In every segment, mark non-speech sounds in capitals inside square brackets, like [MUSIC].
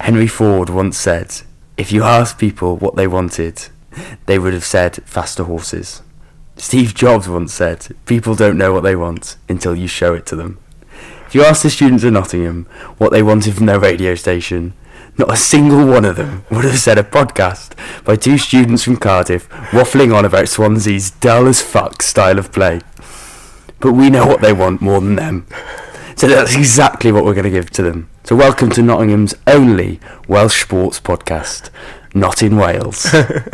Henry Ford once said, if you asked people what they wanted, they would have said faster horses. Steve Jobs once said, people don't know what they want until you show it to them. If you asked the students of Nottingham what they wanted from their radio station, not a single one of them would have said a podcast by two students from Cardiff waffling on about Swansea's dull as fuck style of play. But we know what they want more than them. So that's exactly what we're going to give to them. So welcome to Nottingham's only Welsh sports podcast, Not in Wales. That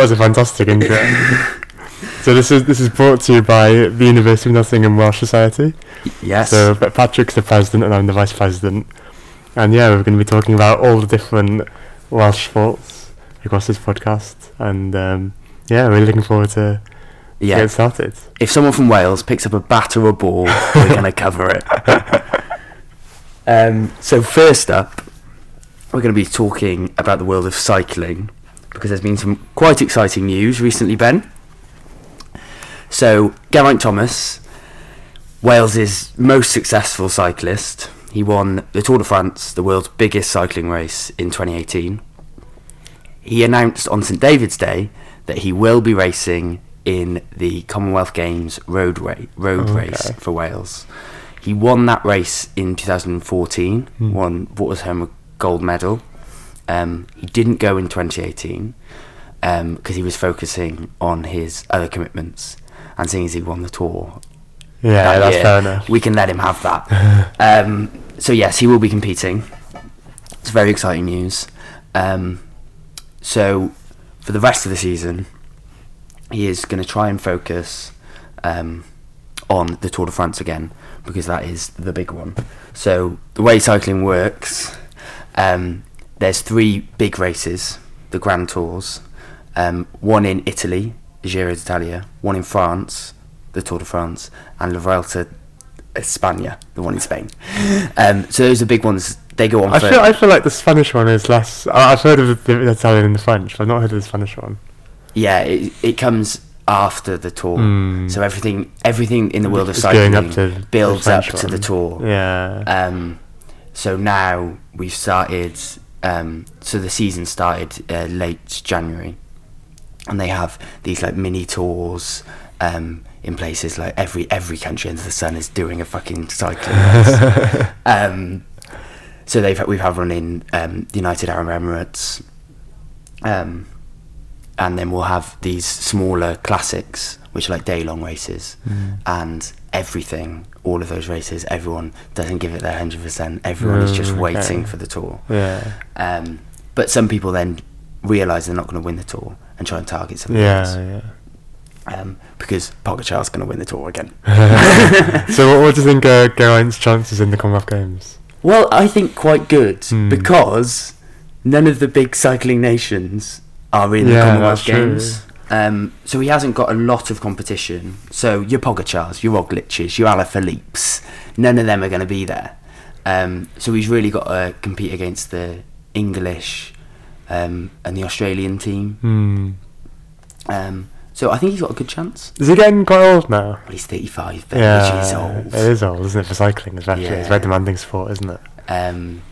was a fantastic intro. so this is this is brought to you by the University of Nottingham Welsh Society. yes. So P- Patrick's the president and I'm the vice president. And yeah, we're going to be talking about all the different Welsh sports across this podcast. And um, yeah, we're looking forward to yeah. get started. If someone from Wales picks up a bat or a ball, we're going to cover it. Um, so first up, we're going to be talking about the world of cycling because there's been some quite exciting news recently, Ben. So Geraint Thomas, Wales's most successful cyclist, he won the Tour de France, the world's biggest cycling race in 2018. He announced on St David's Day that he will be racing in the Commonwealth Games road ra- road Okay. race for Wales. He won that race in 2014, Hmm. won brought us home a gold medal. Um, he didn't go in 2018 because he was focusing on his other commitments. And seeing as he won the tour, Yeah, that that's year, fair enough. We can let him have [LAUGHS] that. um, so yes, he will be competing. It's very exciting news. Um, so for the rest of the season, he is going to try and focus um, on the Tour de France again because that is the big one. So the way cycling works, um, there's three big races, the Grand Tours, um, one in Italy, Giro d'Italia, one in France, the Tour de France, and La Vuelta España, the one in [LAUGHS] Spain. Um, so those are big ones. They go on I for feel I feel like the Spanish one is less. I- I've heard of the, the Italian and the French. But I've not heard of the Spanish one. yeah. It, it comes after the tour, Mm. so everything everything in the world of It's going cycling up to the builds up French to the one. tour. Yeah. Um, so now we've started. Um, so the season started uh, late January, and they have these like mini tours um, in places like every every country under the sun is doing a fucking cycling [LAUGHS] race. um, so they've we've had one in um, the United Arab Emirates, um, and then we'll have these smaller classics, which are like day long races, Mm. and everything. All of those races, everyone doesn't give it their hundred percent. Everyone is just Mm, waiting okay. for the tour. yeah. Um, but some people then realise they're not going to win the tour and try and target something else Yeah. um, because Pogacar's going to win the tour again. [LAUGHS] Yeah. [LAUGHS] so what, what do you think uh, Geraint's chances in the Commonwealth Games? Well, I think quite good Hmm. because none of the big cycling nations are in the Yeah, Commonwealth that's true. Games. Um, so he hasn't got a lot of competition. So your Pogacars, your Roglic's, your Alaphilippes, none of them are going to be there. Um, so he's really got to compete against the English um, and the Australian team. Hmm. Um, so I think he's got a good chance. Is he getting quite old now? But he's 35, but Yeah, which is Oh, old. It is old, isn't it? For cycling, especially, it's a Yeah. very demanding sport, isn't it? Um,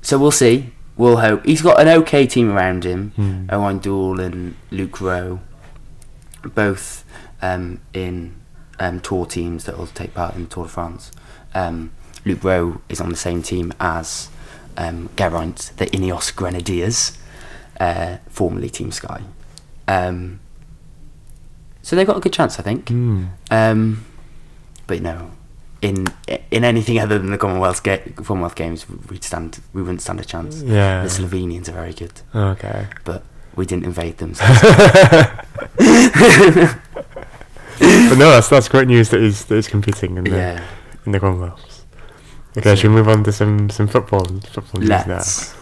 so we'll see. We'll hope. He's got an okay team around him. Hmm. Owen Dool and Luke Rowe, both um, in um, tour teams that will take part in the Tour de France. Um, Luke Rowe is on the same team as um, Geraint, the Ineos Grenadiers, uh, formerly Team Sky. Um, so they've got a good chance, I think. Hmm. Um, but no, in in anything other than the Commonwealth ga- Commonwealth Games, we'd stand we wouldn't stand a chance. Yeah. The Slovenians are very good, Okay. [LAUGHS] but we didn't invade them. So. but no, that's that's great news that he's that he's competing in the yeah, in the Commonwealths. Okay, should we move on to some some football football news let's. now?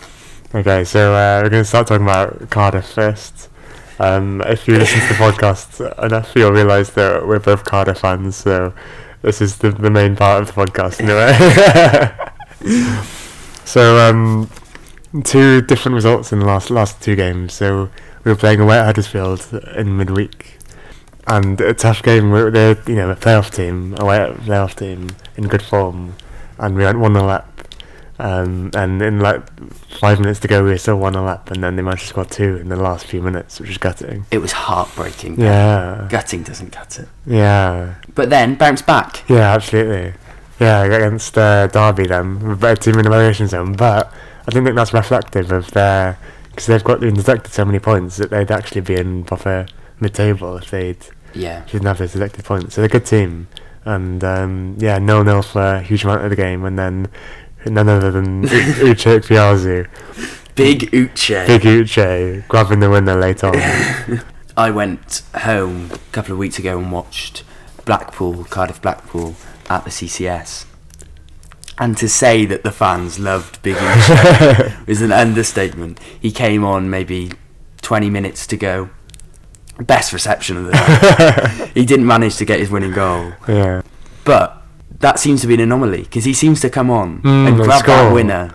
Okay, so uh, we're going to start talking about Cardiff first. Um, if you listen to the podcast enough, you'll realise that we're both Cardiff fans. So this is the, the main part of the podcast, anyway. [LAUGHS] so um, two different results in the last last two games. So we were playing away at Huddersfield in midweek, and a tough game. We- They're you know a playoff team, away at playoff team in good form, and we went one 0 up. Um, and in like five minutes to go, we were still one all up, and then they managed to score two in the last few minutes, which was gutting. It was heartbreaking. Yeah, Gutting doesn't cut it. yeah, But then bounce back. yeah, absolutely. Yeah, against uh, Derby, then a better team in the relegation zone, but I don't think that's reflective of their because they've got they've deducted so many points that they'd actually be in proper mid-table if they'd Yeah. She didn't have those selected points. So they're a good team. And um, yeah, no nil for a huge amount of the game. And then none other than U- Uche Piazzi, Big Uche. big Uche, grabbing the winner late on. I went home a couple of weeks ago and watched Blackpool, Cardiff Blackpool at the CCS. And to say that the fans loved Big [LAUGHS] Uche is an understatement. He came on maybe 20 minutes to go. Best reception of the [LAUGHS] night. he didn't manage to get his winning goal. yeah. But that seems to be an anomaly because he seems to come on Mm, and and grab that score. winner.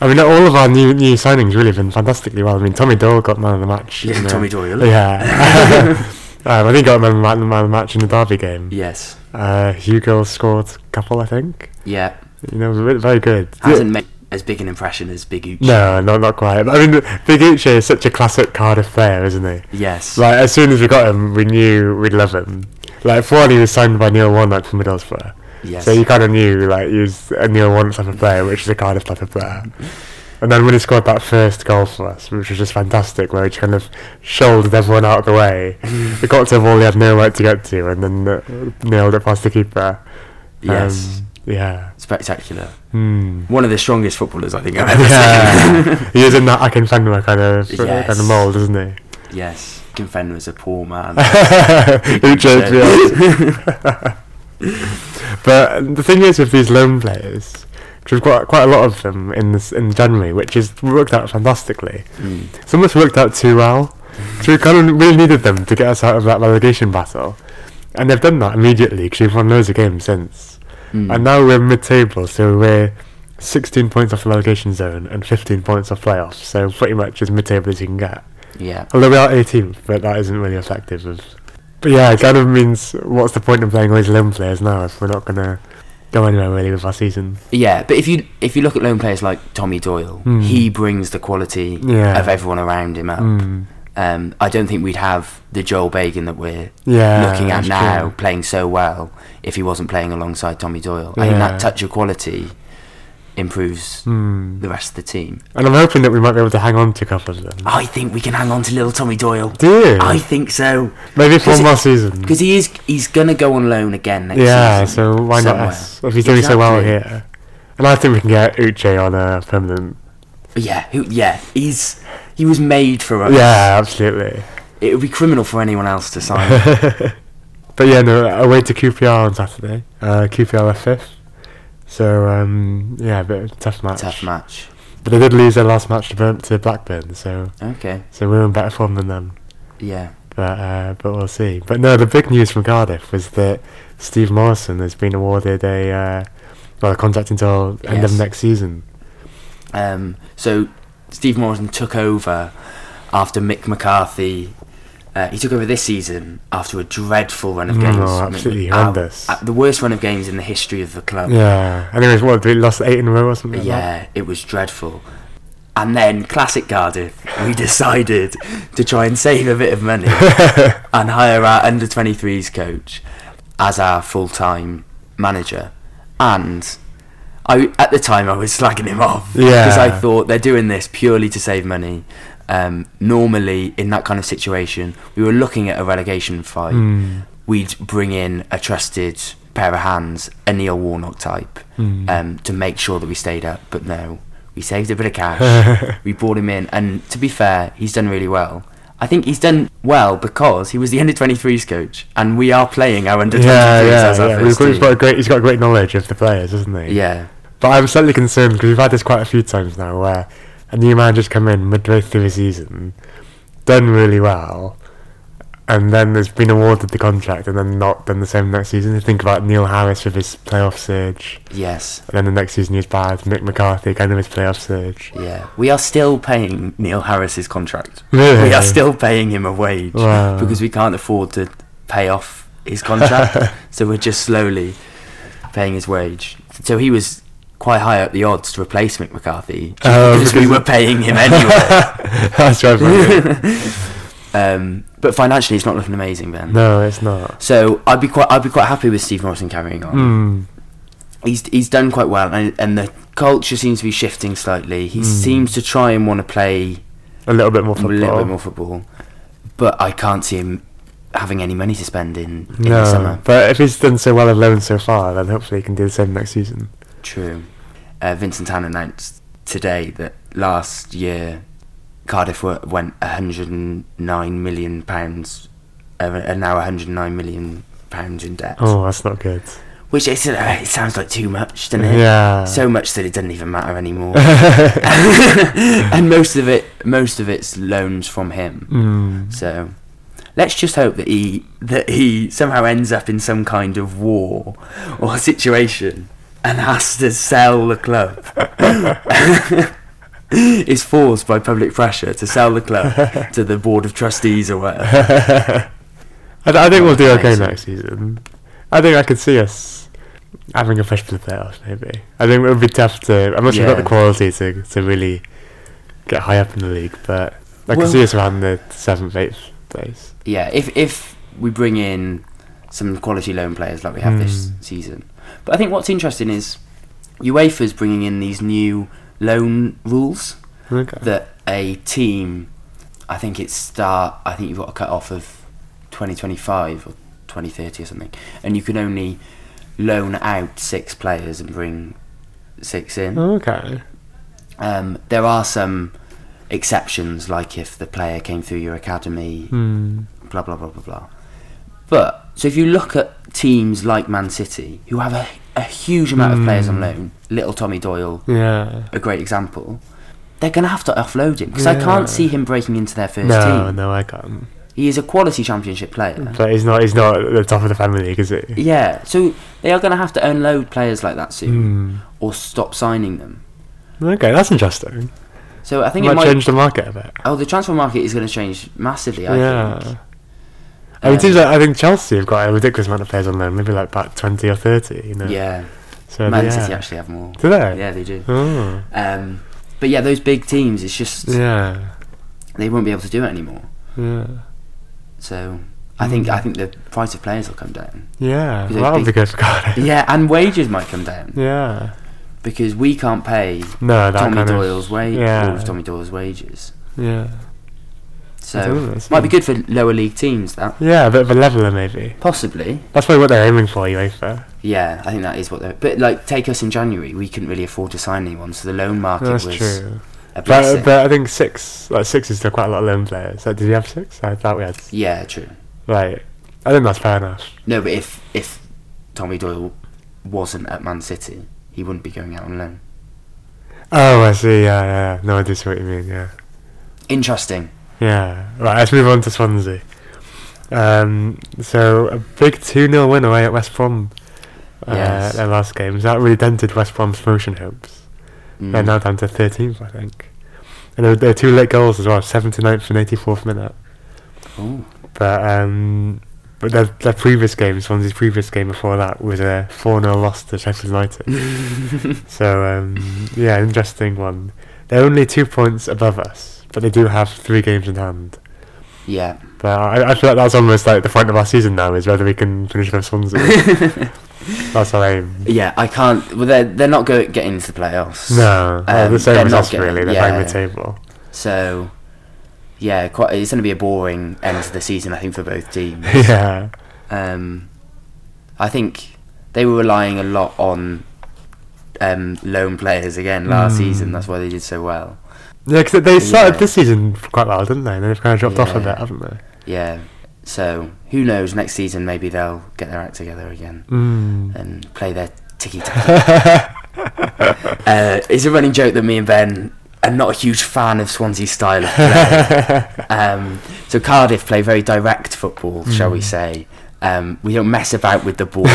I mean, all of our new new signings really have been fantastically well. I mean, Tommy Doyle got man of the match. Yeah, you know. Tommy Doyle. Yeah. [LAUGHS] um, I think he got man, man, man of the match in the Derby game. [LAUGHS] Yes. Uh, Hugo scored a couple, I think. Yeah. You know, really- very good. Hasn't made as big an impression as Big E. Uche. No, not not quite. But I mean, Big Uche is such a classic Cardiff player, isn't he? Yes. Like as soon as we got him, we knew we'd love him. Like before he was signed by Neil Warnock from Middlesbrough, Yes. so you kind of knew like he was a Neil Warnock type of player, which is a Cardiff type of player. And then when he scored that first goal for us, which was just fantastic, where he just kind of shouldered everyone out of [LAUGHS] the way, it got to a ball he had no right to get to, and then uh, nailed it past the keeper. Yes. Um, yeah. Spectacular. Hmm. One of the strongest footballers I think I've [LAUGHS] ever yeah, [LAUGHS] he is in that Akin Fenwa kind of Yes. kind of mold, isn't he? seen. Yes. Ken was a poor [LAUGHS] man. Who chose Yeah. But the thing is with these loan players, 'cause we've got quite a lot of them in this in January, which has worked out fantastically. Mm. It's almost worked out too well. So we kind of really needed them to get us out of that relegation battle, and they've done that immediately because we've won loads of games since. Mm. And now we're mid-table, so we're 16 points off the relegation zone and 15 points off playoffs. So pretty much as mid-table as you can get. Yeah. Although we are 18th, but that isn't really effective. Of, but yeah, it kind of means what's the point in playing all these loan players now if we're not going to go anywhere really with our season? Yeah, but if you if you look at lone players like Tommy Doyle, Mm. he brings the quality Yeah. of everyone around him up. Mm. Um, I don't think we'd have the Joel Bagan that we're Yeah. looking at that's now true. playing so well if he wasn't playing alongside Tommy Doyle. I think Yeah. that touch of quality improves Mm. the rest of the team. And I'm hoping that we might be able to hang on to a couple of them. I think we can hang on to little Tommy Doyle. Do you? I think so. Maybe for 'cause one it- more season. Because he is he's gonna go on loan again next Yeah, season. so why somewhere. not us? If he's doing so well Exactly. here. And I think we can get Uche on a permanent. Yeah, who, yeah, he's he was made for us. Yeah, absolutely. it would be criminal for anyone else to sign. [LAUGHS] him. [LAUGHS] But yeah, no, away to QPR on Saturday. Uh, QPR are fifth. So, um, yeah, a bit of a tough match. Tough match. But they did lose their last match to, Burn- to Blackburn, so Okay, so we're in better form than them. yeah, But uh, but we'll see. But no, the big news from Cardiff was that Steve Morrison has been awarded a uh, well a contract until end of Yes. next season. Um, so Steve Morrison took over after Mick McCarthy. Uh, he took over this season after a dreadful run of Mm, games. oh, absolutely Mick- uh, horrendous. uh, the worst run of games in the history of the club. Yeah. Anyways, what they lost eight in a row or something? like that? Yeah, it was dreadful. And then, classic Cardiff, we [LAUGHS] decided to try and save a bit of [LAUGHS] money and hire our under 23s coach as our full time manager. And I, at the time, I was slagging him off because I Yeah. thought they're doing this purely to save money. Um, normally, in that kind of situation, we were looking at a relegation fight. Mm. We'd bring in a trusted pair of hands, a Neil Warnock type Mm. um, to make sure that we stayed up. But no, we saved a bit of [LAUGHS] cash. we brought him in, and to be fair, he's done really well. I think he's done well because he was the [LAUGHS] under 23s coach, and we are playing our under 23s yeah, as yeah, our yeah. We've first got, he's team. got a great, he's got a great knowledge of the players, isn't he? yeah, But I'm slightly concerned because we've had this quite a few times now where a new manager's come in midway through the season, done really well, and then has been awarded the contract and then not done the same next season. You think about Neil Harris with his playoff surge, yes, and then the next season he was bad. Mick McCarthy, kind of his playoff surge. yeah. We are still paying Neil Harris's contract. [LAUGHS] Really? We are still paying him a wage Wow. because we can't afford to pay off [LAUGHS] his contract, so we're just slowly paying his wage. So he was quite high up the odds to replace Mick McCarthy [LAUGHS] Oh, because we because- were paying him anyway. [LAUGHS] That's [LAUGHS] right. Brian. um, but financially, it's not looking amazing, Ben. no, it's not. So I'd be quite I'd be quite happy with Steve Morrison carrying on. Hmm. He's he's done quite well, and and the culture seems to be shifting slightly. Mm. He seems to try and want to play a little bit more a football. little bit more football, but I can't see him having any money to spend in, in the No, summer. but if he's done so well alone so far, then hopefully he can do the same next season. True. Uh, Vincent Tan announced today that last year Cardiff were, went 109 million pounds, uh, are now 109 million pounds in debt. Oh, that's not good. Which is, uh, it sounds like too much, doesn't it? Yeah. So much that it doesn't even matter [LAUGHS] anymore. [LAUGHS] and most of it, most of it's loans from him. Mm. [LAUGHS] So let's just hope that he that he somehow ends up in some kind of war or situation and has to sell the club. [LAUGHS] Is forced by public pressure to sell the [LAUGHS] club to the board of trustees or whatever. I, I think we'll do Nice. okay next season. I think I could see us having a push for the playoffs. Maybe. I think it would be tough to. I'm not sure we've got Yeah. the quality to to really get high up in the league, but I could Well- see us around the seventh, eighth place. Yeah, if if we bring in some quality loan players like we have this Hmm. season, but I think what's interesting is UEFA's bringing in these new loan rules. Okay. that a team, I think it's start. I think you've got a cut off of 2025 or 2030 or something, and you can only loan out six players and bring six in. Oh. okay. Um, there are some exceptions, like if the player came through your academy, Hmm. blah blah blah blah blah. But so if you look at teams like Man City, who have a, a huge amount of players on Mm. loan, little Tommy Doyle, Yeah. a great example, they're going to have to offload him because I Yeah. can't see him breaking into their first No, team. no, I can't. He is a quality championship player. But he's not. He's not at the top of the family league, is he? Yeah, so they are going to have to unload players like that soon Hmm. or stop signing them. Okay, that's interesting. So I I think might, it might. change the market a bit. Oh, the transfer market is going to change massively. I yeah. think. I mean, it Um, seems like I think Chelsea have got a ridiculous amount of players on loan, maybe like about twenty or thirty. You know. yeah, So Man yeah. City actually have more. Do they? Yeah, they do. Oh. Um, but yeah, those big teams, it's just Yeah. they won't be able to do it anymore. Yeah. So I Mm. think I think the price of players will come down. Yeah. Because Well, that would they- be good for Cardiff. Yeah, and wages might come down Yeah. because we can't pay No, that Tommy kind Doyle's of. wage, all Yeah. of Tommy Doyle's wages. Yeah. I don't know, So it's might be not- good for lower league teams. That Yeah, a bit of a leveler maybe. possibly, That's probably what they're aiming for, UEFA. yeah. I think that is what they're. But like, take us in January. We couldn't really afford to sign anyone, so the loan market That's was true. a blessing. But, but I think six, like six is still quite a lot of loan players. Like, did you have six? I thought we had. yeah, true. Right. I think that's fair enough. No, but if if Tommy Doyle wasn't at Man City, he wouldn't be going out on loan. Oh, I see. Yeah, yeah. yeah. No, I do see what you mean. Yeah, Interesting. yeah. Right, let's move on to Swansea. Um, so a big two 0 win away at West Brom. Uh, Yes. Their last games that really dented West Brom's promotion hopes. Mm. They're now down to 13th, I think. And there were, there were two late goals as well, 79th and 84th minute. Ooh. [LAUGHS] But um, but their, their previous game, Swansea's previous game before that, was a 4 0 loss to Sheffield United. so, um, yeah, interesting one. They're only two points above us, but they do have three games in hand. Yeah. But I, I feel like that's almost like the point of our season now is whether we can finish with Swansea. [LAUGHS] that's our aim. Yeah, I can't. Well, they're they're not go, getting into the playoffs. No, well, Um, the same they're as not us, getting- really. They're yeah. playing the table. [LAUGHS] So, yeah, quite, it's going to be a boring end to the season, I think, for both teams. yeah. Um, I think they were relying a lot on um, loan players again last Mm. season. That's why they did so well. Yeah, because they started Yeah. this season quite well, didn't they? And then they've kind of dropped off a Yeah. bit, haven't [LAUGHS] they? Yeah. So who knows? Next season, maybe they'll get their act together again [LAUGHS] Mm. and play their ticky [LAUGHS] tacky. uh, it's a running joke that me and Ben are not a huge fan of Swansea's style of play. Um, so Cardiff play very direct football, shall we say? Um, we don't mess about with the ball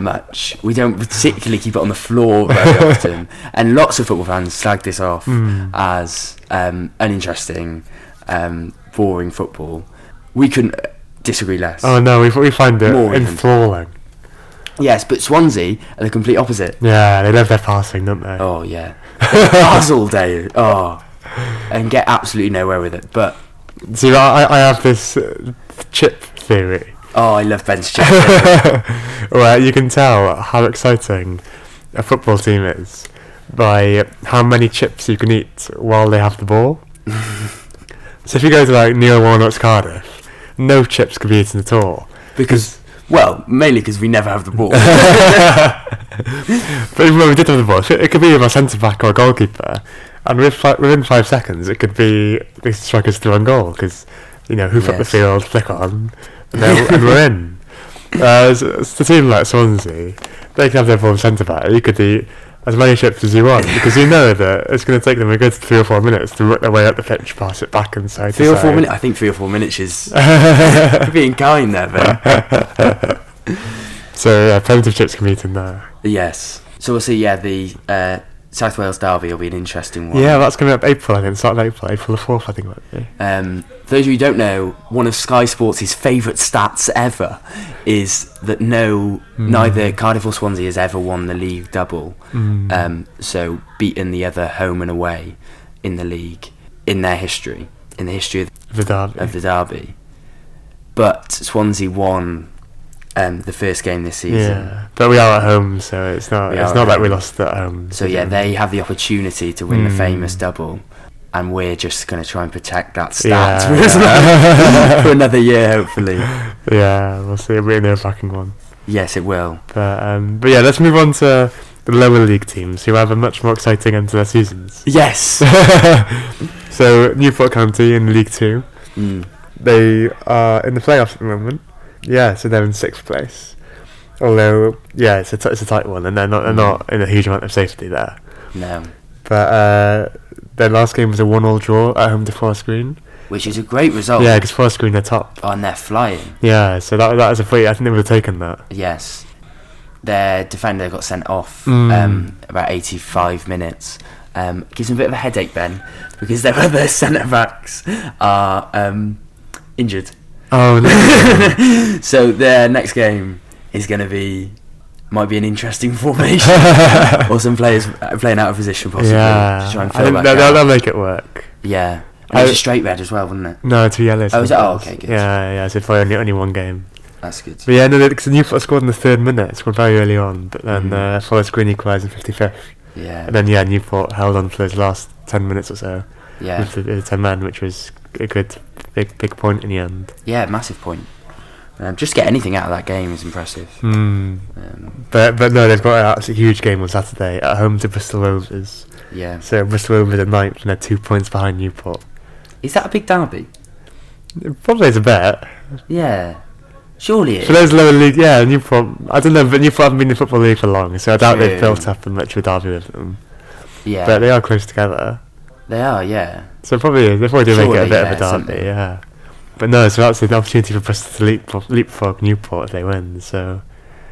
much. We don't particularly keep it on the floor very often, and lots of football fans slag this off Hmm. as um, uninteresting, um, boring football. We couldn't uh, disagree less. oh no, we, we find it More even. enthralling. Yes, but Swansea are the complete opposite. Yeah, they love their passing, don't they? Oh yeah, pass all day. Oh, and get absolutely nowhere with it. But See, I, I I have this uh, chip theory. oh, I love Ben's chip. [LAUGHS] where you can tell how exciting a football team is by how many chips you can eat while they have the ball. so if you go to like Neil Warnock's Cardiff, no chips can be eaten at all. because well, mainly because we never have the ball. But even when we did have the ball, it could be a centre back or a goalkeeper, and with fi- within five seconds, it could be the striker's still on goal because you know hoof up the Yes. field, flick on, and, then, [LAUGHS] and we're in. Uh, so, it's a team like Swansea, they can have their ball centre back. You could eat as many chips as you want because you know that it's going to take them a good three or four minutes to work their way up the pitch, pass it back and side three to or four side. minutes. I think three or four minutes is [LAUGHS] [LAUGHS] being kind there, Ben. so yeah, plenty of chips can be eaten there. Yes. So we'll see. Yeah, the uh, South Wales derby will be an interesting one. Yeah, that's coming up April, I think. Start of April, April the 4th, I think it might be. Um, for those of you who don't know, one of Sky Sports' favourite stats ever is that no, Hmm. neither Cardiff or Swansea has ever won the league double. Um, so beaten the other home and away in the league in their history, in the history of The derby. of the derby. But Swansea won um, the first game this season. yeah, but we are at home, so it's not We it's are not at like we home. lost at home. So yeah, they have the opportunity to win Hmm. the famous double, and we're just going to try and protect that stat Yeah, [LAUGHS] for, as yeah. [LAUGHS] long- for another year, hopefully. yeah, we'll see. We're in a backing one, Yes, it will. but um, but yeah, let's move on to the lower league teams who have a much more exciting end to their seasons. [LAUGHS] Yes. so Newport County in League Two, Mm. they are in the playoffs at the moment. Yeah, so they're in sixth place. Although yeah, it's a t- it's a tight one, and they're not they're not in a huge amount of safety there. No. But uh, their last game was a one-all draw at home to Forest Green. Which is a great result. Oh, Yeah, because Forest Green are top. And they're flying. Yeah, so that that is a free. I think they would have taken that. Yes. Their defender got sent off Mm. um, about 85 minutes. Um, gives them a bit of a headache, Ben, because their [LAUGHS] other centre backs are um, injured. Oh [LAUGHS] no! So their next game is going to be might be an interesting [LAUGHS] formation or some players uh, playing out of position possibly yeah, to try and I fill think that they'll, they'll, gap. they'll make it work. Yeah, and it was I- a straight red as well, wasn't it? No, two yellows. Oh, is it? Oh, sometimes. okay, good. Yeah, yeah. So for only only one game. That's good. But yeah, no, because Newport scored in the third minute, scored very early on, but then Mhm. uh, Forest Green equalised in fifty fifth, Yeah, and then yeah, Newport held on for those last ten minutes or so yeah, with the, the ten man, which was a good big big point in the end. yeah. Massive point. Um, just get anything out of that game is impressive. Mm. Um, But but no, they've got an absolutely huge game on Saturday at home to Bristol Rovers. yeah, So Bristol Rovers are ninth and they're two points behind Newport. is that a big derby? Probably is a bet. Yeah, surely it For is. those lower league, yeah, Newport, I don't know, but Newport haven't been in the Football League for long, so I doubt they've True. built up much of a derby with them. Yeah, But they are close together. they are. Yeah, So probably, they probably do make it a Surely, bit yeah, of a derby, something. yeah. But no, so that's an opportunity for Bristol to leap, leapfrog Newport if they win, so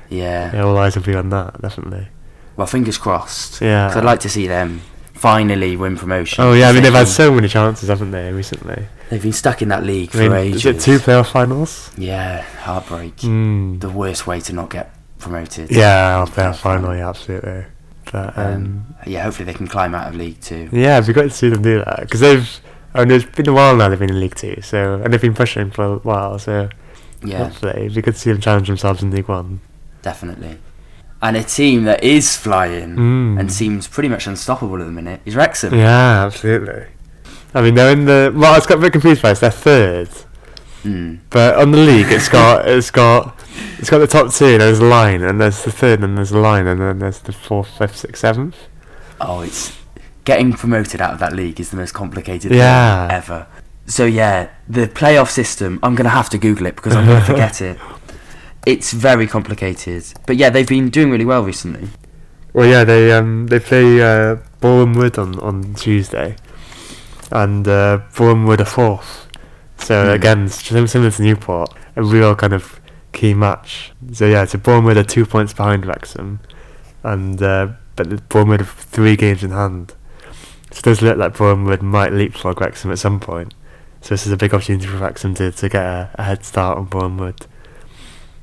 yeah. yeah, all eyes will be on that, definitely. Well, fingers crossed. Yeah. 'Cause I'd like to see them finally win promotion. Oh yeah, I mean, they've had been- so many chances, haven't they, recently? They've been stuck in that league I for mean, ages. is it two playoff finals? Yeah, heartbreak. Mm. The worst way to not get promoted. Yeah, playoff final, yeah, absolutely. But, um, Um, yeah, hutHopefully they can climb out of League Two. Yeah, it'd be great to see them do that because they've. I mean, it's been a while now they've been in League Two, so and they've been pushing for a while, so Yeah, hopefully it'd be good to see them challenge themselves in League One. definitely. And a team that is flying Mm. and seems pretty much unstoppable at the minute is Wrexham. Yeah, absolutely. I mean, they're in the. Well, it's got a bit confused by this. They're third, Mm. but on the league, it's got it's got it's got the top two. There's a line, and there's the third, and there's a line, and then there's the fourth, fifth, sixth, seventh. Oh, it's getting promoted out of that league is the most complicated Yeah. thing ever. So yeah, the playoff system. I'm gonna have to Google it because I'm gonna forget [LAUGHS] it. It's very complicated, but yeah, they've been doing really well recently. Well, yeah, they um they play uh, Boreham Wood on on Tuesday, and uh, Boreham Wood are fourth. So Hmm. again, s- sim- similar to Newport, a real kind of key match. So yeah, so Boreham Wood are two points behind Wrexham, and uh, but the Boreham Wood have three games in hand. So it does look like Boreham Wood might leapfrog Wrexham at some point. So this is a big opportunity for Wrexham to, to get a, a head start on Bournemouth.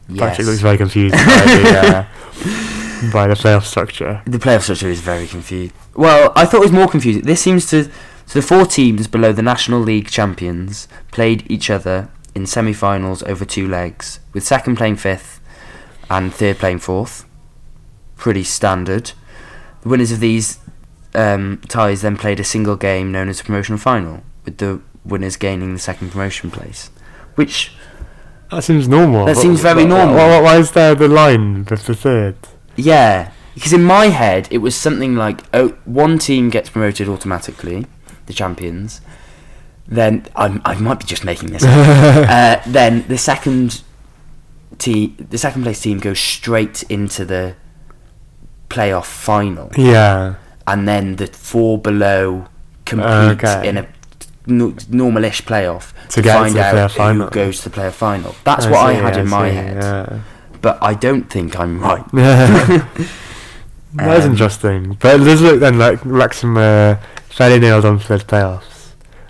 Yes. Patrick looks [LAUGHS] very confused by the, uh, by the playoff structure. The playoff structure is very confused. Well, I thought it was more confusing. This seems to. So the four teams below the National League champions played each other in semi finals over two legs, with second playing fifth and third playing fourth. Pretty standard. The winners of these um, ties then played a single game known as the promotion final, with the winners gaining the second promotion place. Which, That seems normal. That but- seems very but- normal. Why, why is there the line with the third? yeah, because in my head it was something like oh, one team gets promoted automatically, the champions. Then I'm, I might be just making [LAUGHS] this. up. uh, then the second team, the second place team goes straight into the playoff final, Yeah. and then the four below compete Okay. in a no, normalish playoff To get find to the out playoff who final. goes to the playoff final. That's I what I see, had in I my see, head, yeah. but I don't think I'm [LAUGHS] right. [LAUGHS] That's Um, interesting. But it does look then like Wrexham are fairly nailed on for those playoffs.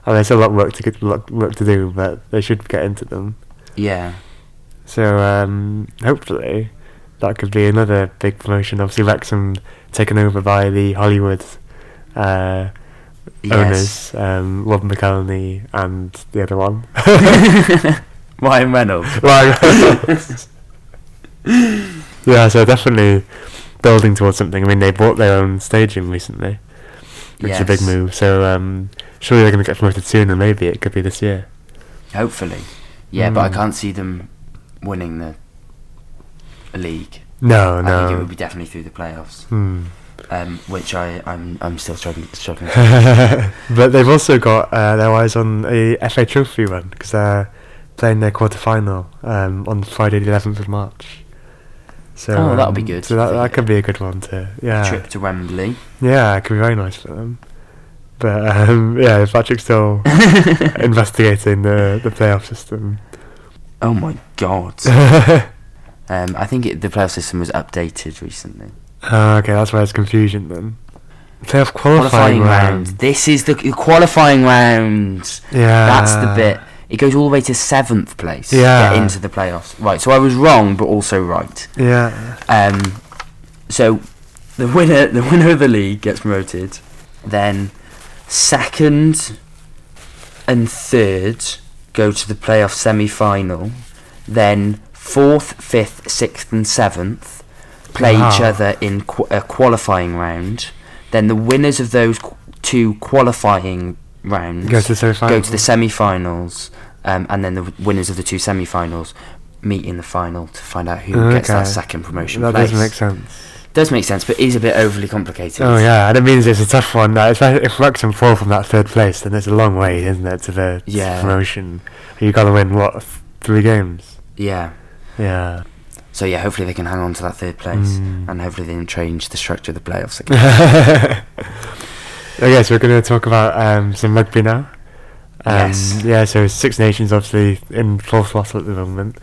I mean, there's still a lot of work to get, lot, work to do, but they should get into them. Yeah. So um, hopefully that could be another big promotion. Obviously, Wrexham taken over by the Hollywood uh, owners, um, Rob McElhenney and the other [LAUGHS] one. [LAUGHS] Yes. Ryan Reynolds. Right. [LAUGHS] yeah, so definitely building towards something. I mean, they bought their own stadium recently, which is a big Yes. move. So um, surely they're going to get promoted soon, and maybe it could be this year. Hopefully. Yeah, but I Mm. can't see them winning the league. No, I think it would no. be definitely through the playoffs, [LAUGHS] Hmm. um, which I, I'm I'm still struggling [LAUGHS] struggling. with. but they've also got uh, their eyes on a FA Trophy run because they're playing their quarter final um, on Friday, the 11th of March. So Oh, that'll um, be good. So that, I think, that could yeah. be a good one to yeah. Trip to Wembley. [LAUGHS] Yeah, it could be very nice for them. But um, [LAUGHS] yeah, [LAUGHS] Patrick's still investigating the the playoff system. Oh my god. Ah, Um, I think it, the playoff system was updated recently. okay, that's why there's confusion then. Playoff qualifying, Qualifying round. round. This is the the qualifying round. Yeah, That's the bit. It goes all the way to seventh place. to Uh. Yeah. Get into the playoffs. Right. So I was wrong, but also right. Yeah, Um, so the winner, the winner of the league gets promoted. Then second and third go to the playoff semi-final. Then fourth, fifth, sixth, and seventh play each Wow. other in qu- a qualifying round. Then the winners of those qu- two qualifying rounds go to the semi-final. go to the semi-finals, um, and then the w- winners of the two semi-finals meet in the final to find out who gets that Okay. second promotion That place. doesn't make sense. Does make sense, but is a bit overly complicated. Oh yeah, and it means it's a tough one. Now, If if Wrexham fall from that third place, then it's a long way, isn't it, to the to Yeah. promotion? You got to win what th- three games? Yeah. Yeah. So yeah, hopefully they can hang on to that third place, Mm. and hopefully they can change the structure of the [LAUGHS] playoffs again. okay, so we're going to talk about um, some rugby now. Um, Yes. Yeah, so Six Nations obviously in full throttle at the moment.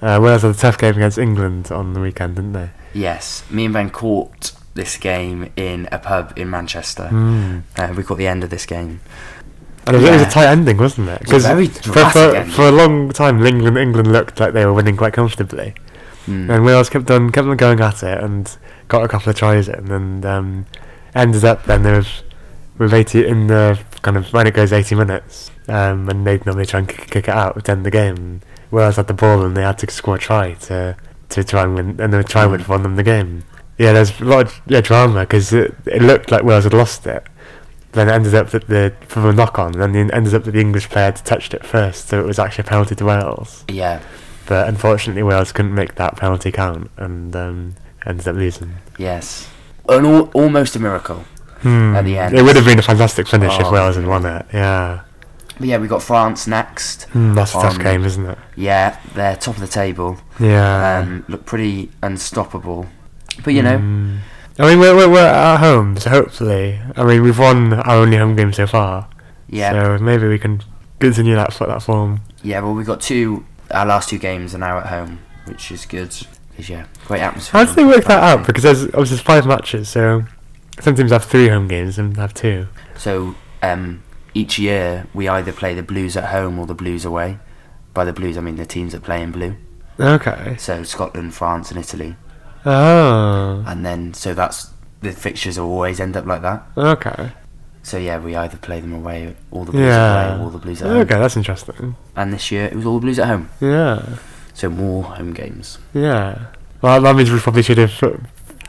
Uh, Wales had a tough game against England on the weekend, didn't they? yes, me and Ben caught this game in a pub in Manchester. Mm. Uh, we caught the end of this game. And it was, it was Yeah. a tight ending, wasn't it? It was a very for, dramatic for, ending. for a long time, England England looked like they were winning quite comfortably, Mm. and Wales kept on kept on going at it and got a couple of tries in, and um, ended up then there was with 80 in the kind of when it goes 80 minutes, um, and they normally try and kick, kick it out to end the game. Whereas had the ball and they had to score a try to to try and win, and they try and win won them the game. Yeah, there's a lot of yeah, drama because it, it looked like Wales had lost it. Then it ended up that the from a knock on, and then it ended up that the English player had touched it first, so it was actually a penalty to Wales. Yeah, But unfortunately, Wales couldn't make that penalty count and um, ended up losing. yes, an al- almost a miracle. Hmm. At the end. it would have been a fantastic finish if Oh. Wales had won it. Yeah. But yeah, we got France next. Mm, that's a tough on- game, isn't it? Yeah, they're top of the table. Yeah. Um, look pretty unstoppable. But you know, Mm. I mean, we're, we're, we're at home, so hopefully. I mean, we've won our only home game so far. yeah, Hmm. So maybe we can continue that fo- that form. yeah. Well, we got two. Our last two games are now at home, which is good. 'Cause, yeah, great atmosphere. How did they work that out? Because there's obviously there's five matches, so some teams have three home games, some have two. So um, each year we either play the Blues at home or the Blues away. By the Blues, I mean the teams that play in blue. Okay. So Scotland, France, and Italy, Oh. and then so that's the fixtures always end up like that. Okay. So yeah, we either play them away, all the Blues at Yeah. away, all the Blues at home. Okay, that's interesting. And this year it was all the Blues at home, Yeah. so more home games. Yeah. Well, that means we probably should have uh,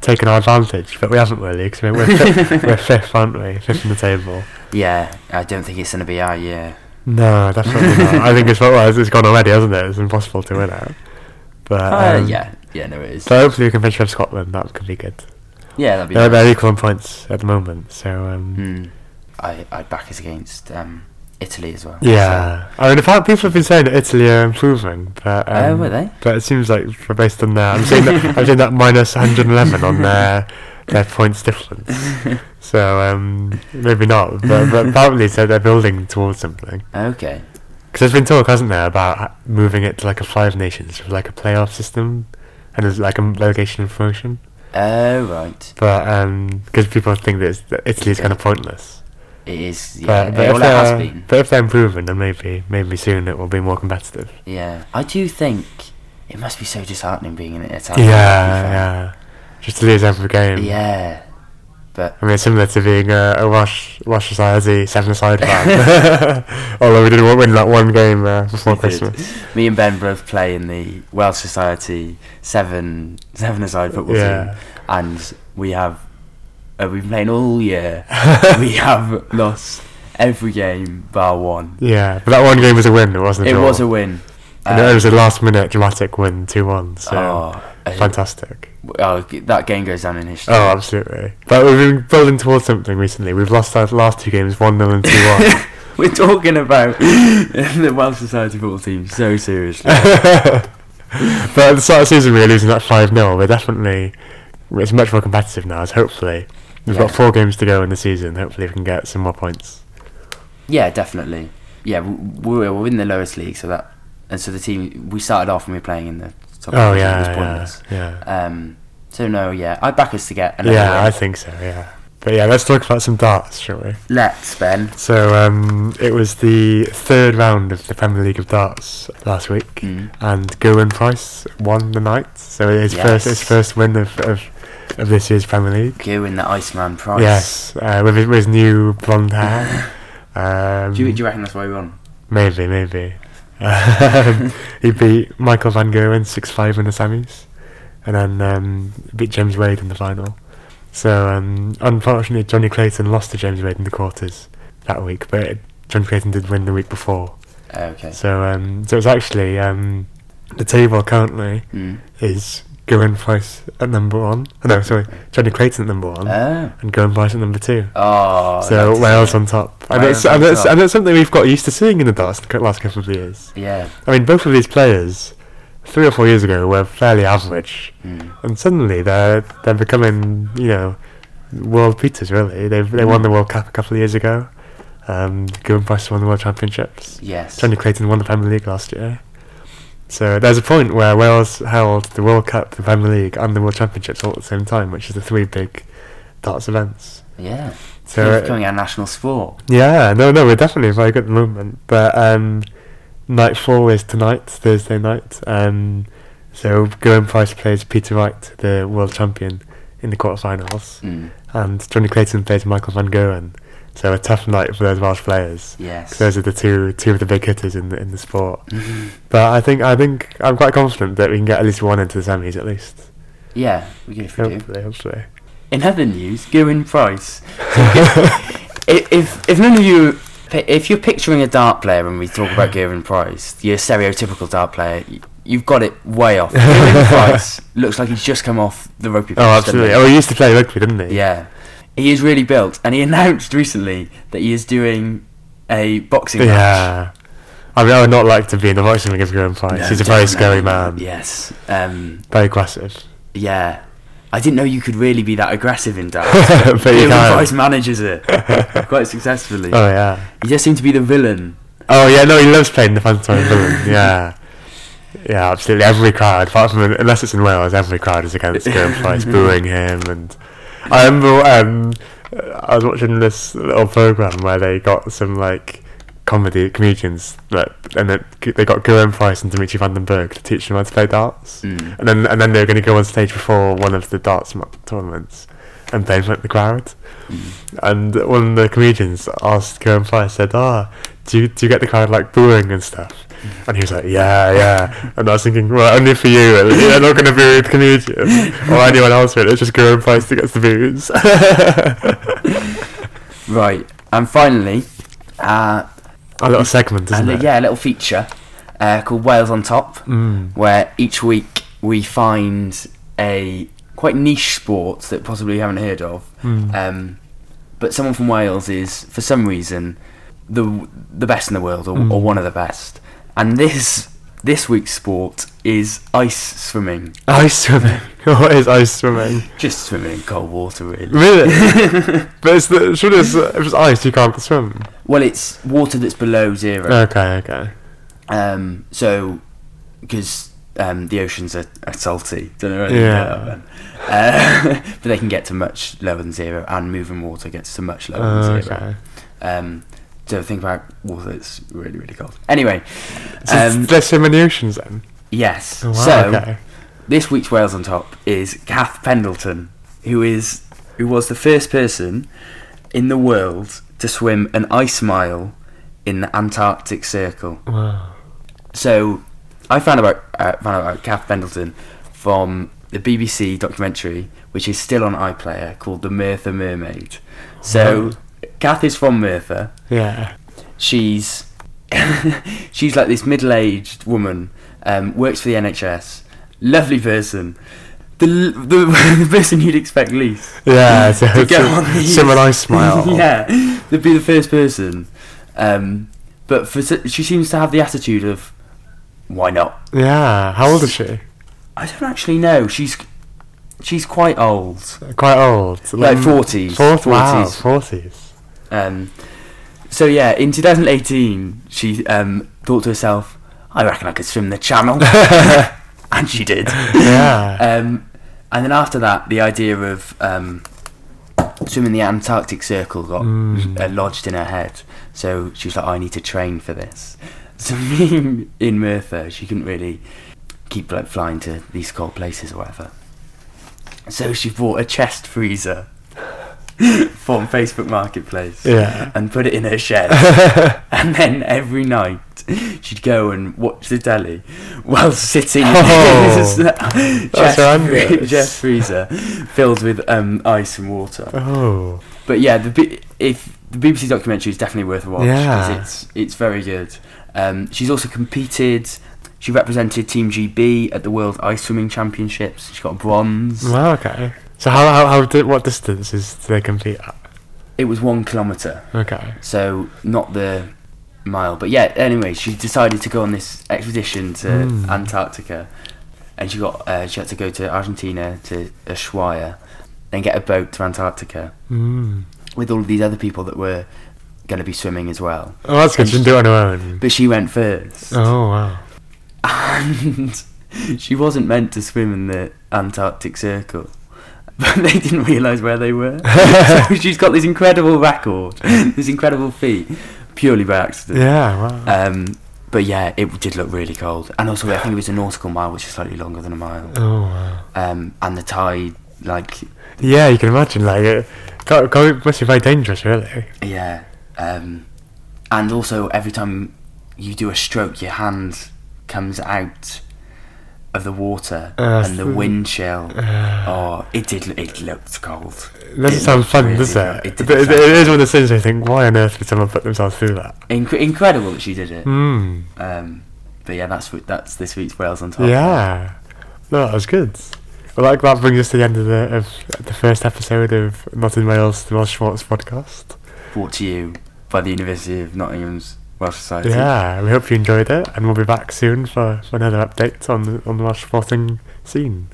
taken our advantage, but we haven't really, because we're, we're, [LAUGHS] fifth, we're fifth, aren't we? Fifth in the table. Yeah, I don't think it's gonna be our year. No, definitely not. I think it's, well, it's- it's gone already, hasn't it? It's impossible to win out. But Uh, um, yeah, yeah, no, it is. So hopefully we can finish with Scotland. That could be good. yeah, that'd be. They're, nice. they're equal in points at the moment, so um, Hmm. I I'd back us against um, Italy as well. yeah. I mean, in fact, people have been saying that Italy are improving, but So. um, oh, were they? But it seems like for based on that, I'm seeing that I'm seeing that minus 111 on their their points difference. [LAUGHS] So um, maybe not, but, but apparently so they're building towards something. Okay. Because there's been talk, hasn't there, about h- moving it to like a five nations, with like a playoff system, and there's like a relegation and promotion. Oh right. But because people think that, it's, that Italy's kind of pointless. It is. Yeah. But, but, well, if uh, it has they're, been. but if they're improving, then maybe maybe soon it will be more competitive. Yeah. I do think it must be so disheartening being in Yeah, Italian. yeah. Just to lose every game. Yeah. But I mean, it's similar to being a, a Welsh Welsh [LAUGHS] society seven-a-side fan. [LAUGHS] Although we didn't wa- win that one game uh, before We did. [LAUGHS] Christmas. me and Ben both play in the Welsh Society seven seven aside football Yeah. [LAUGHS] team, and we have uh, we've been playing all year. [LAUGHS] we have lost every game bar one. Yeah, but that one game was a win. It wasn't. It was a win. Um, And it was a last-minute dramatic win, two-one. So oh, uh, fantastic. oh, that game goes down in history. Oh, [LAUGHS] absolutely. But we've been building towards something recently. We've lost our last two games, one 0 and two [LAUGHS] one. We're talking about [LAUGHS] the Welsh Society football team so [LAUGHS] seriously. but at the start of the season, we were losing that five 0 We're definitely it's much more competitive now. So hopefully, we've got Yeah. four games to go in the season. Hopefully, we can get some more points. Yeah, definitely. Yeah, we, we were in the lowest league, so that and so the team we started off when we were playing in the top. Oh league, so it was yeah, yeah, pointless. yeah. Um, so no, yeah, I'd back us to get another. yeah, win. I think so. Yeah, but yeah, let's talk about some darts, shall we? Let's Ben. So um, it was the third round of the Premier League of Darts last week, Mm. and Gilwyn Price won the night. So his first his Yes. first win of, of, of this year's Premier League. Go in the Iceman prize. Yes, uh, with, his, with his new [LAUGHS] blonde hair. Um, Do you, do you reckon that's why we won? Maybe, [LAUGHS] maybe. Um, he beat Michael Van Gerwen 6 5 in the semis, and then um, beat James Wade in the final. So, um, unfortunately, Johnny Clayton lost to James Wade in the quarters that week, but Johnny Clayton did win the week before. Uh, Okay. So, um, so it's actually um, the table currently Mm. is Gerwen Price at number one. No, sorry, Johnny Clayton at number one, Oh. and Gerwen Price at number two. Oh. So that's- Wales on top, and Wales it's on and it's, top. and it's something we've got used to seeing in the darts the last couple of years. Yeah. I mean, both of these players, three or four years ago, were fairly average, Mm. and suddenly they're they're becoming you know world beaters. Really, they they won the World Cup a couple of years ago. Um, Gilman Price won the World Championships. Yes. Tony Clayton won the Premier League last year. So there's a point where Wales held the World Cup, the Premier League, and the World Championships all at the same time, which is the three big darts events. Yeah. So uh, It's it- becoming our national sport. yeah, no, no, we're definitely very good at the moment. But um, night four is tonight, Thursday night. Um, so Geraint Price plays Peter Wright, the world champion, in the quarterfinals, Mm. and Johnny Clayton plays Michael van Gerwen. So a tough night for those Welsh players. 'cause Yes. Mm-hmm. Those are the two two of the big hitters in the in the sport. But I think I think I'm quite confident that we can get at least one into the semis at least. yeah. We can if we do. Hopefully, hopefully. [LAUGHS] In other news, Gilwyn Price. if, if if none of you if you're picturing a dart player when we talk about Gilwyn Price, your stereotypical dart player, y- you've got it way [LAUGHS] off. Gilwyn Price looks like he's just come off the rugby. pitch, Oh, doesn't absolutely. he? Oh, he used to play rugby, didn't he? Yeah, he is really built, and he announced recently that he is doing a boxing match. Yeah. I mean, I would not like to be in the boxing ring of Geraint Price. No, He's a very definitely. scary man. Yes. Um. Very aggressive. Yeah. I didn't know you could really be that aggressive in darts. [LAUGHS] But you Gilwyn can. Price manages it [LAUGHS] quite successfully. Oh, yeah. He just seemed to be the villain. Oh, yeah, no, he loves playing the pantomime [LAUGHS] villain. Yeah. Yeah, absolutely. Every crowd, apart from unless it's in Wales, every crowd is against [LAUGHS] Geraint Price, booing him. And I remember um, I was watching this little program where they got some like comedy comedians that and then they got Guillaume Price and Dimitri Vandenberg to teach them how to play darts, Mm. and then and then they were going to go on stage before one of the darts ma- tournaments and play in front of the crowd. Mm. And one of the comedians asked Kieran Price, said, "Ah, do you, do you get the crowd like booing and stuff?" Mm. And he was like, "Yeah, yeah." [LAUGHS] And I was thinking, well, only for you. [LAUGHS] You're not going to boo the comedian or anyone else. Really, it's just Kieran Price that gets the boos. [LAUGHS] Right, and finally, uh, A little segment, isn't and, uh, it? yeah, a little feature uh, called Wales on Top, Mm. where each week we find a quite niche sport that possibly you haven't heard of, Mm. um, but someone from Wales is for some reason the the best in the world or, Hmm. or one of the best, and this this week's sport is ice swimming, Ice swimming. [LAUGHS] what is ice swimming? just swimming in cold water really. Really? but it's the, should it's, if it's ice, you can't swim. [LAUGHS] Well, it's water that's below zero. Okay, okay. Um, so, because um, the oceans are, are salty, don't know anything Yeah. about them. um, [LAUGHS] Uh, but they can get to much lower than zero, and moving water gets to much lower than zero. Oh, Okay. Um, so think about water that's really, really cold. Anyway, So um, there's so many oceans then. yes. Oh, Wow, so okay. this week's Wales on top is Kath Pendleton, who is who was the first person in the world to swim an ice mile in the Antarctic Circle. Wow. So, I found about uh, found out about Kath Pendleton from the BBC documentary, which is still on iPlayer, called "The Mirtha Mermaid." So, Kath is from Mirtha. Yeah. She's [LAUGHS] she's like this middle-aged woman, um, works for the NHS, lovely person, the l- the, [LAUGHS] the person you'd expect least Yeah. So to it's go a- on these. Some [LAUGHS] nice [LAUGHS] smile. yeah, to be the first person. Um, but for, s- she seems to have the attitude of, why not? Yeah. How old is she? I don't actually know. She's she's quite old, Quite old. like forties. Forties. [LAUGHS] Wow. Forties. Um, so yeah, in 2018, she um, thought to herself, "I reckon I could swim the Channel," and she did. Yeah. Um, and then after that, the idea of um, swimming the Antarctic Circle got Mm. uh, lodged in her head. So she was like, I need to train for this. [LAUGHS] So being in Mirtha, she couldn't really keep like flying to these cold places or whatever. So she bought a chest freezer [LAUGHS] from Facebook Marketplace yeah. and put it in her shed. and then every night she'd go and watch the telly while sitting [LAUGHS] in this Oh, chest, horrendous. chest freezer uh, filled with um, ice and water. Oh. But yeah, the B- if the BBC documentary is definitely worth a watch. 'cause Yeah. it's it's very good. Um, she's also competed. She represented Team GB at the World Ice Swimming Championships. She got a bronze. Wow. Okay. So how how how di- what distance is do they compete at? It was one kilometre, Okay. so not the mile. But yeah, anyway, she decided to go on this expedition to Mm. Antarctica, and she got uh, she had to go to Argentina to Ushuaia, then get a boat to Antarctica Mm. with all of these other people that were going to be swimming as well. Oh, that's good. She didn't do it on her own. But she went first. Oh wow. And [LAUGHS] she wasn't meant to swim in the Antarctic Circle. [LAUGHS] But they didn't realise where they were. so she's got this incredible record, this incredible feat, purely by accident. Yeah. Wow. Um, but yeah, it did look really cold. And also, I think it was a nautical mile, which is slightly longer than a mile. oh wow. Um, and the tide, like, Yeah, you can imagine. Like, it got, got, it must be very dangerous, really. yeah. Um, and also, every time you do a stroke, your hand comes out of the water Uh, and the wind chill. Uh, Oh, it did. It looked cold. doesn't it sound looked fun, really does good. it? It It, did it- sound it is one of those things where you think, why on earth did someone put themselves through that? Inc- incredible that she did it. Mm, Um, but yeah, that's wh- that's this week's Wales on top. yeah. No, that was good. Well, like, that brings us to the end of the, of the first episode of Not in Wales, the Welsh Schwartz podcast. Brought to you by the University of Nottingham's Welsh Society. Yeah, we hope you enjoyed it, and we'll be back soon for, for another update on the, on the Welsh sporting scene.